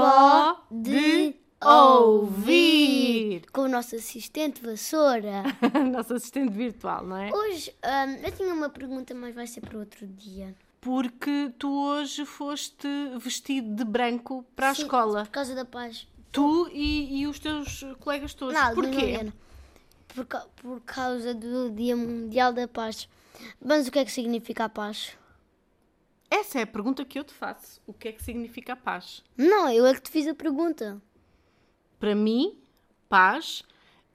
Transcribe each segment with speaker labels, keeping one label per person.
Speaker 1: pode ouvir.
Speaker 2: Com o nosso assistente vassoura.
Speaker 1: Nosso assistente virtual, não é?
Speaker 2: Hoje, hum, eu tinha uma pergunta, mas vai ser para outro dia.
Speaker 1: Porque tu hoje foste vestido de branco para
Speaker 2: Sim,
Speaker 1: a escola.
Speaker 2: Por causa da paz.
Speaker 1: Tu e, e os teus colegas todos.
Speaker 2: Não, de
Speaker 1: Porquê?
Speaker 2: Mariana. Por, ca- por causa do Dia Mundial da Paz. Mas o que é que significa a paz?
Speaker 1: Essa é a pergunta que eu te faço. O que é que significa a paz?
Speaker 2: Não, eu é que te fiz a pergunta.
Speaker 1: Para mim, paz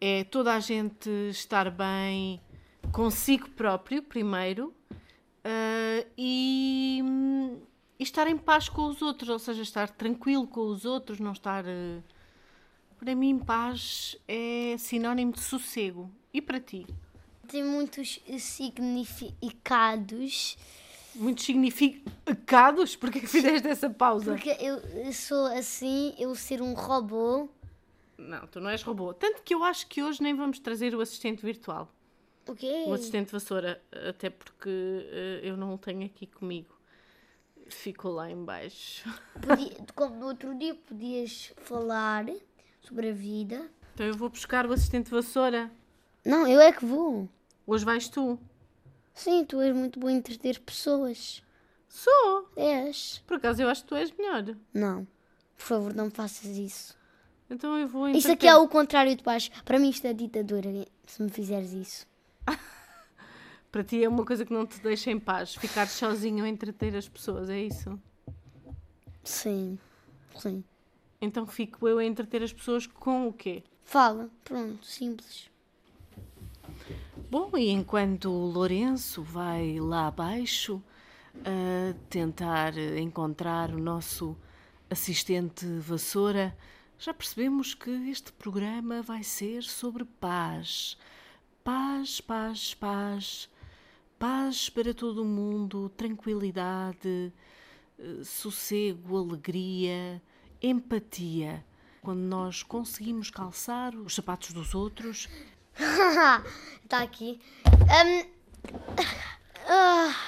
Speaker 1: é toda a gente estar bem consigo próprio, primeiro, ah, e, hum, e estar em paz com os outros, ou seja, estar tranquilo com os outros, não estar. eh, Para mim, paz é sinónimo de sossego. E para ti?
Speaker 2: Tem muitos significados.
Speaker 1: Muitos significados? Porque é que fizeste essa pausa?
Speaker 2: Porque eu eu sou assim, eu ser um robô.
Speaker 1: Não, tu não és robô. Tanto que eu acho que hoje nem vamos trazer o assistente virtual.
Speaker 2: O quê?
Speaker 1: O assistente vassoura, até porque eh, eu não o tenho aqui comigo. Ficou lá em baixo.
Speaker 2: Podia- como no outro dia podias falar sobre a vida.
Speaker 1: Então eu vou buscar o assistente vassoura.
Speaker 2: Não, eu é que vou.
Speaker 1: Hoje vais tu.
Speaker 2: Sim, tu és muito bom em entreter pessoas.
Speaker 1: Sou.
Speaker 2: És.
Speaker 1: Por acaso eu acho que tu és melhor.
Speaker 2: Não. Por favor, não faças isso.
Speaker 1: Então eu vou
Speaker 2: Isso aqui é o contrário de paz. Para mim isto é ditadura, se me fizeres isso.
Speaker 1: Para ti é uma coisa que não te deixa em paz. Ficar sozinho a entreter as pessoas, é isso?
Speaker 2: Sim. Sim.
Speaker 1: Então fico eu a entreter as pessoas com o quê?
Speaker 2: Fala. Pronto, simples.
Speaker 1: Bom, e enquanto o Lourenço vai lá abaixo a tentar encontrar o nosso assistente vassoura, já percebemos que este programa vai ser sobre paz. Paz, paz, paz. Paz para todo o mundo, tranquilidade, eh, sossego, alegria, empatia. Quando nós conseguimos calçar os sapatos dos outros
Speaker 2: Está Tá aqui. Ahm,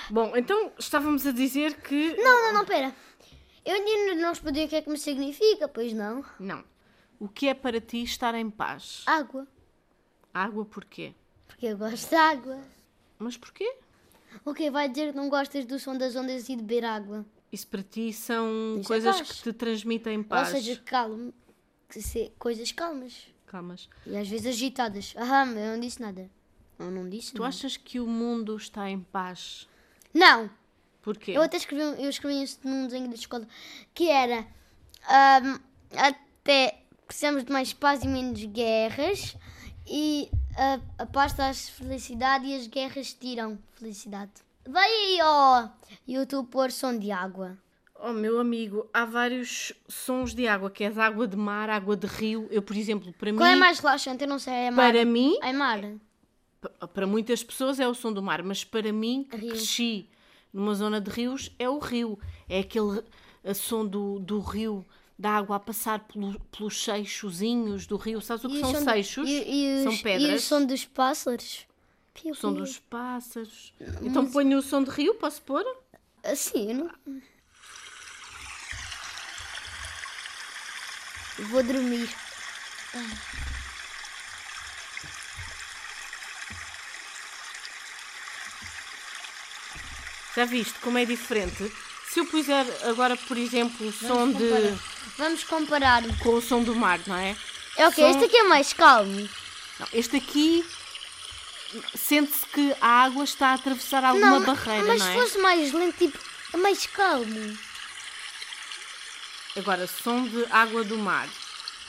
Speaker 1: Bom, então estávamos a dizer que.
Speaker 2: não, não, não, pera. Eu ainda não respondi o que é que me significa, pois não.
Speaker 1: Não. O que é para ti estar em paz?
Speaker 2: Água.
Speaker 1: Água porquê?
Speaker 2: Porque eu gosto de água.
Speaker 1: Mas porquê?
Speaker 2: O que vai dizer que não gostas do som das ondas e de beber água?
Speaker 1: Isso para ti são
Speaker 2: Isso é
Speaker 1: coisas
Speaker 2: paz.
Speaker 1: que te transmitem paz.
Speaker 2: Ou seja, calmo. Que se- Coisas calmas.
Speaker 1: Calmas.
Speaker 2: E às vezes agitadas. Ah, eu não disse nada. Eu não disse
Speaker 1: Tu
Speaker 2: nada.
Speaker 1: achas que o mundo está em paz?
Speaker 2: Não!
Speaker 1: Porquê?
Speaker 2: Eu até escrevi, um- eu escrevi isso num desenho da escola. Que era... ahm, até precisamos de mais paz e menos guerras. E a, a paz traz felicidade e as guerras tiram felicidade. Vai aí, ó! YouTube pôr som de água.
Speaker 1: Oh, meu amigo, há vários sons de água, que é de água de mar, água de rio. Eu, por exemplo, para
Speaker 2: Qual é
Speaker 1: mim.
Speaker 2: mais relaxante? Eu não sei. É mar.
Speaker 1: Para mim,
Speaker 2: É mar.
Speaker 1: pa- para muitas pessoas é o som do mar, mas para mim, que
Speaker 2: Rio.
Speaker 1: cresci numa zona de rios, é o rio. É aquele eh, som do, do rio, da água a passar pelo- pelos seixozinhos do rio. Sabes o que
Speaker 2: E o
Speaker 1: são
Speaker 2: som do-
Speaker 1: seixos?
Speaker 2: E, e
Speaker 1: são
Speaker 2: os-
Speaker 1: pedras.
Speaker 2: E o som dos pássaros. Piu,
Speaker 1: O som
Speaker 2: piu.
Speaker 1: dos pássaros. Então ponho o som de rio, posso pôr?
Speaker 2: Assim, eu não. Vou dormir.
Speaker 1: Já viste como é diferente? Se eu puser agora, por exemplo, o som de.
Speaker 2: Vamos comparar.
Speaker 1: com o som do mar, não é?
Speaker 2: É ok,
Speaker 1: Som-
Speaker 2: este aqui é mais calmo.
Speaker 1: Não, este aqui sente-se que a água está a atravessar alguma barreira,
Speaker 2: mas
Speaker 1: não é?
Speaker 2: se fosse mais lento, tipo, é mais calmo.
Speaker 1: Agora, som de água do mar,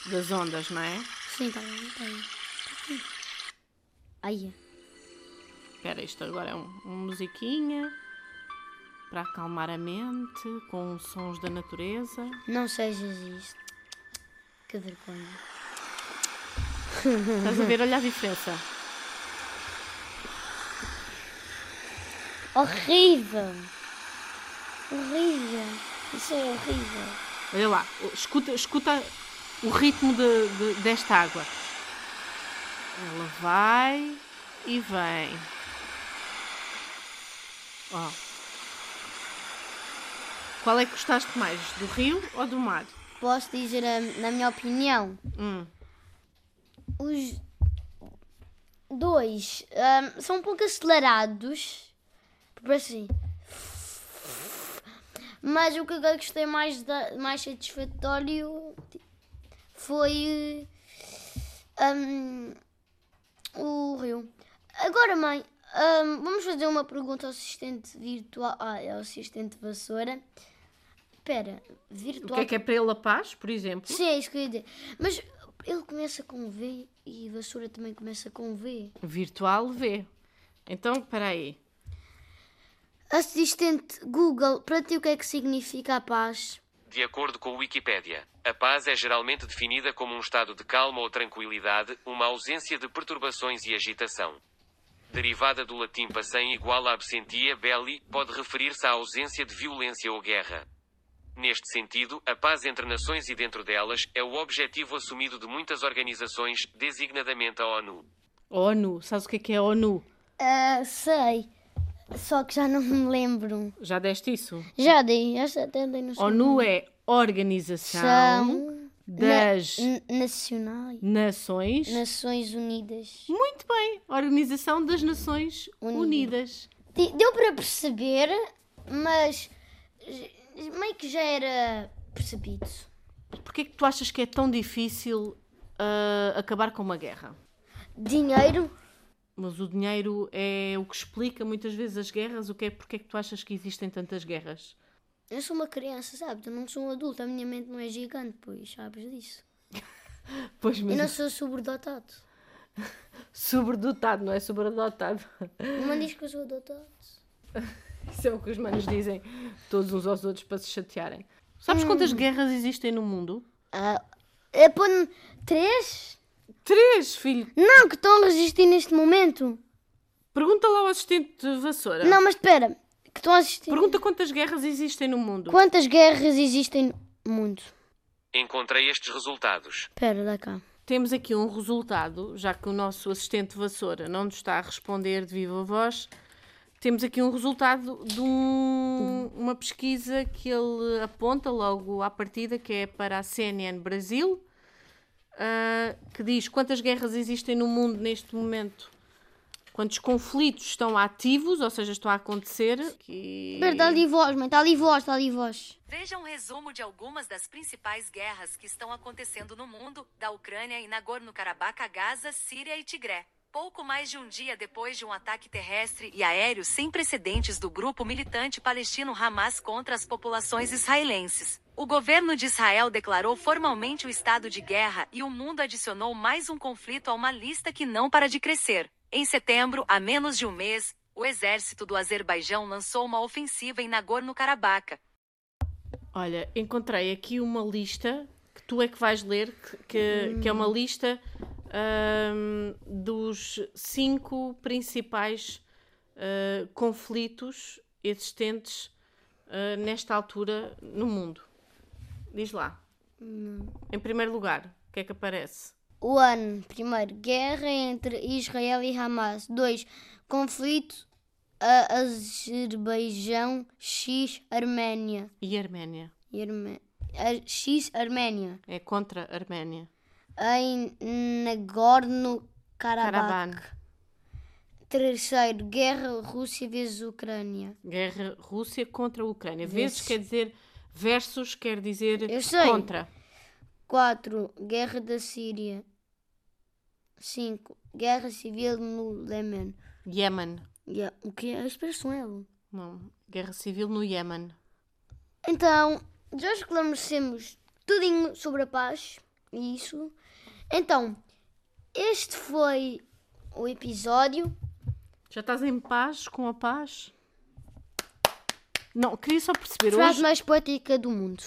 Speaker 1: das ondas, não é?
Speaker 2: Sim, tá bem, tá bem. Aí.
Speaker 1: Espera, isto agora é um, uma musiquinha para acalmar a mente com sons da natureza.
Speaker 2: Não sejas isto. Que vergonha.
Speaker 1: Estás a ver? Olha a diferença.
Speaker 2: Horrível. Horrível. Isso é horrível.
Speaker 1: Olha lá, o- escuta, escuta o ritmo de- de- desta água. Ela vai e vem. Ó. Qual é que gostaste mais, do rio ou do mar?
Speaker 2: posso dizer, a- na minha opinião,
Speaker 3: Hum.
Speaker 2: os dois ahm, são um pouco acelerados. Porque assim. Mas o que eu gostei mais, da- mais satisfatório foi ahm, o Rio. Agora, mãe, ahm, vamos fazer uma pergunta ao assistente virtual. Ah, ao assistente vassoura. Espera,
Speaker 3: O
Speaker 2: virtual.
Speaker 3: que é que é para ele a paz, por exemplo?
Speaker 2: Sim, é isso que eu ia dizer. Mas ele começa com V e vassoura também começa com V.
Speaker 1: Virtual V.
Speaker 3: Então, espera aí.
Speaker 2: Assistente Google, para ti o que é que significa a paz?
Speaker 4: De acordo com o Wikipédia, a paz é geralmente definida como um estado de calma ou tranquilidade, uma ausência de perturbações e agitação. Derivada do latim passem igual a absentia belli, pode referir-se à ausência de violência ou guerra. Neste sentido, a paz entre nações e dentro delas é o objetivo assumido de muitas organizações, designadamente a ONU.
Speaker 1: ONU. Sabes o que é que é ONU?
Speaker 2: Ah, sei, só que já não me lembro.
Speaker 3: Já deste isso?
Speaker 2: Já dei, já até dei no
Speaker 1: ONU é Organização das
Speaker 2: Nacionais.
Speaker 1: Nações.
Speaker 2: Nações Unidas.
Speaker 1: Muito bem. Organização das Nações Unidas.
Speaker 2: Di- Deu para perceber, mas j- meio que já era percebido.
Speaker 1: Porquê que tu achas que é tão difícil ah, acabar com uma guerra?
Speaker 2: Dinheiro,
Speaker 1: Mas o dinheiro é o que explica muitas vezes as guerras. O que é, porque é que tu achas que existem tantas guerras?
Speaker 2: Eu sou uma criança, sabes? Eu não sou um adulto, a minha mente não é gigante, pois sabes disso.
Speaker 1: Pois,
Speaker 2: Eu
Speaker 1: mas
Speaker 2: não sou sobredotado.
Speaker 1: sobredotado, não é sobredotado.
Speaker 2: Não diz que eu sou adotado.
Speaker 1: Isso é o que os manos dizem todos uns aos outros para se chatearem. Hum. Sabes quantas guerras existem no mundo?
Speaker 2: Ah, é pôr três?
Speaker 1: Três, filho.
Speaker 2: Não, que estão a resistir neste momento.
Speaker 1: Pergunta lá ao assistente de vassoura.
Speaker 2: Não, mas espera, que estão a assistir.
Speaker 1: Pergunta quantas guerras existem no mundo.
Speaker 2: Quantas guerras existem no mundo?
Speaker 4: Encontrei estes resultados.
Speaker 2: Espera, dá cá.
Speaker 1: Temos aqui um resultado, já que o nosso assistente de vassoura não nos está a responder de viva voz. Temos aqui um resultado de um- uma pesquisa que ele aponta logo à partida, que é para a CNN Brasil, ah, que diz quantas guerras existem no mundo neste momento, quantos conflitos estão ativos, ou seja, estão a acontecer. que-
Speaker 2: Espera, está ali voz, mãe, está ali voz, está ali voz.
Speaker 5: Veja um resumo de algumas das principais guerras que estão acontecendo no mundo, da Ucrânia e Nagorno-Karabakh, Gaza, Síria e Tigré. Pouco mais de um dia depois de um ataque terrestre e aéreo sem precedentes do grupo militante palestino Hamas contra as populações israelenses, o governo de Israel declarou formalmente o estado de guerra e o mundo adicionou mais um conflito a uma lista que não para de crescer. Em setembro, a menos de um mês, o exército do Azerbaijão lançou uma ofensiva em Nagorno-Karabakh,
Speaker 1: Olha, encontrei aqui uma lista que tu é que vais ler, que, que- que é
Speaker 2: Hum.
Speaker 1: uma lista ahm, dos cinco principais ah, conflitos existentes ah, nesta altura no mundo. Diz lá. Em primeiro lugar, o que é que aparece?
Speaker 2: O ano, primeiro, guerra entre Israel e Hamas. Dois, conflito a Azerbaijão X Arménia.
Speaker 1: E Arménia.
Speaker 2: Irme- a- X Arménia.
Speaker 1: É contra a Arménia.
Speaker 2: Em Nagorno-Karabakh.
Speaker 1: Karavan.
Speaker 2: Terceiro, guerra Rússia vezes Ucrânia.
Speaker 1: Guerra Rússia contra a Ucrânia. Vezes quer dizer versus, quer dizer
Speaker 2: Eu sei.
Speaker 1: contra.
Speaker 2: Quatro, guerra da Síria. Cinco, guerra civil no Iémen.
Speaker 1: Iémen.
Speaker 2: E é- O que é a expressão é?
Speaker 1: Não. Guerra civil no Iémen.
Speaker 2: Então, já esclarecemos tudinho sobre a paz e isso. Então, este foi o episódio.
Speaker 1: Já estás em paz com a paz? Não, queria só perceber
Speaker 2: Frase
Speaker 1: hoje,
Speaker 2: mais poética do mundo.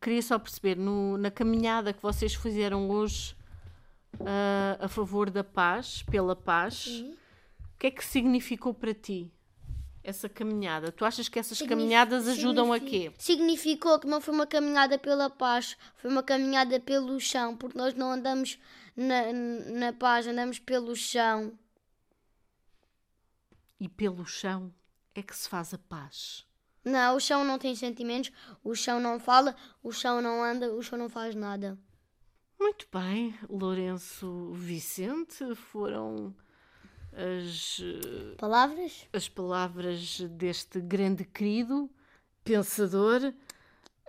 Speaker 1: queria só perceber no- na caminhada que vocês fizeram hoje ah, a favor da paz, pela paz, o que é que significou para ti essa caminhada? Tu achas que essas caminhadas ajudam a quê?
Speaker 2: Significou que não foi uma caminhada pela paz, foi uma caminhada pelo chão, porque nós não andamos na, na paz, andamos pelo chão.
Speaker 1: E pelo chão é que se faz a paz.
Speaker 2: Não, o chão não tem sentimentos, o chão não fala, o chão não anda, o chão não faz nada.
Speaker 1: Muito bem, Lourenço Vicente, foram as, eh,
Speaker 2: Palavras?
Speaker 1: as palavras deste grande querido pensador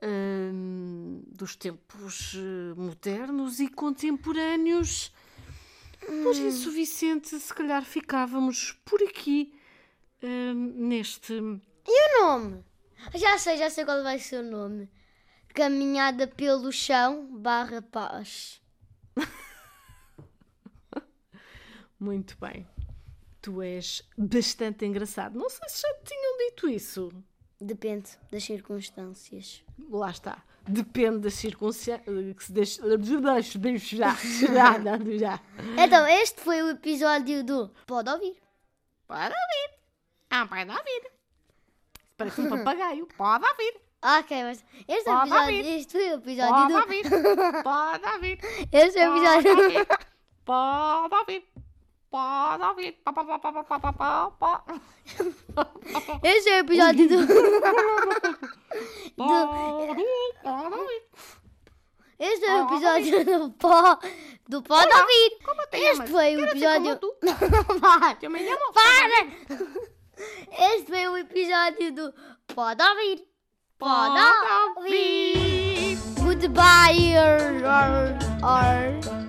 Speaker 1: hum, dos tempos eh, modernos e contemporâneos. Por isso, Vicente, se calhar ficávamos por aqui hum, neste.
Speaker 2: O nome? Já sei, já sei qual vai ser o nome. Caminhada pelo chão barra paz.
Speaker 1: Muito bem. Tu és bastante engraçado. Não sei se já te tinham dito isso.
Speaker 2: Depende das circunstâncias.
Speaker 1: Lá está. Depende eh, das circunstâncias.
Speaker 2: Então, este foi o episódio do Pode Ouvir.
Speaker 3: Pode ouvir. Ah, pode ouvir. Parece um papagaio. Pode ouvir.
Speaker 2: Ok, mas este, é o
Speaker 3: Pode
Speaker 2: episódio,
Speaker 3: ouvir.
Speaker 2: este foi o episódio
Speaker 3: Pode
Speaker 2: do.
Speaker 3: ouvir. Pode ouvir.
Speaker 2: Este é o
Speaker 3: Pode
Speaker 2: episódio.
Speaker 3: ouvir. Pode ouvir. Pode ouvir. Pá, pá, pá, pá, pá, pá, pá, pá.
Speaker 2: Este é o episódio do.
Speaker 3: Pode ouvir. Pode ouvir.
Speaker 2: Este é o episódio do pó. Do Pode Ouvir.
Speaker 3: te
Speaker 2: Este
Speaker 3: llamas?
Speaker 2: foi o
Speaker 3: Quero ser como
Speaker 2: episódio.
Speaker 3: tú.
Speaker 2: Para!
Speaker 3: Yo me llamo.
Speaker 2: Para! Este foi o episódio do Pode Ouvir. Pode
Speaker 3: Pode
Speaker 2: Ouvir. Goodbye. Or, or, or.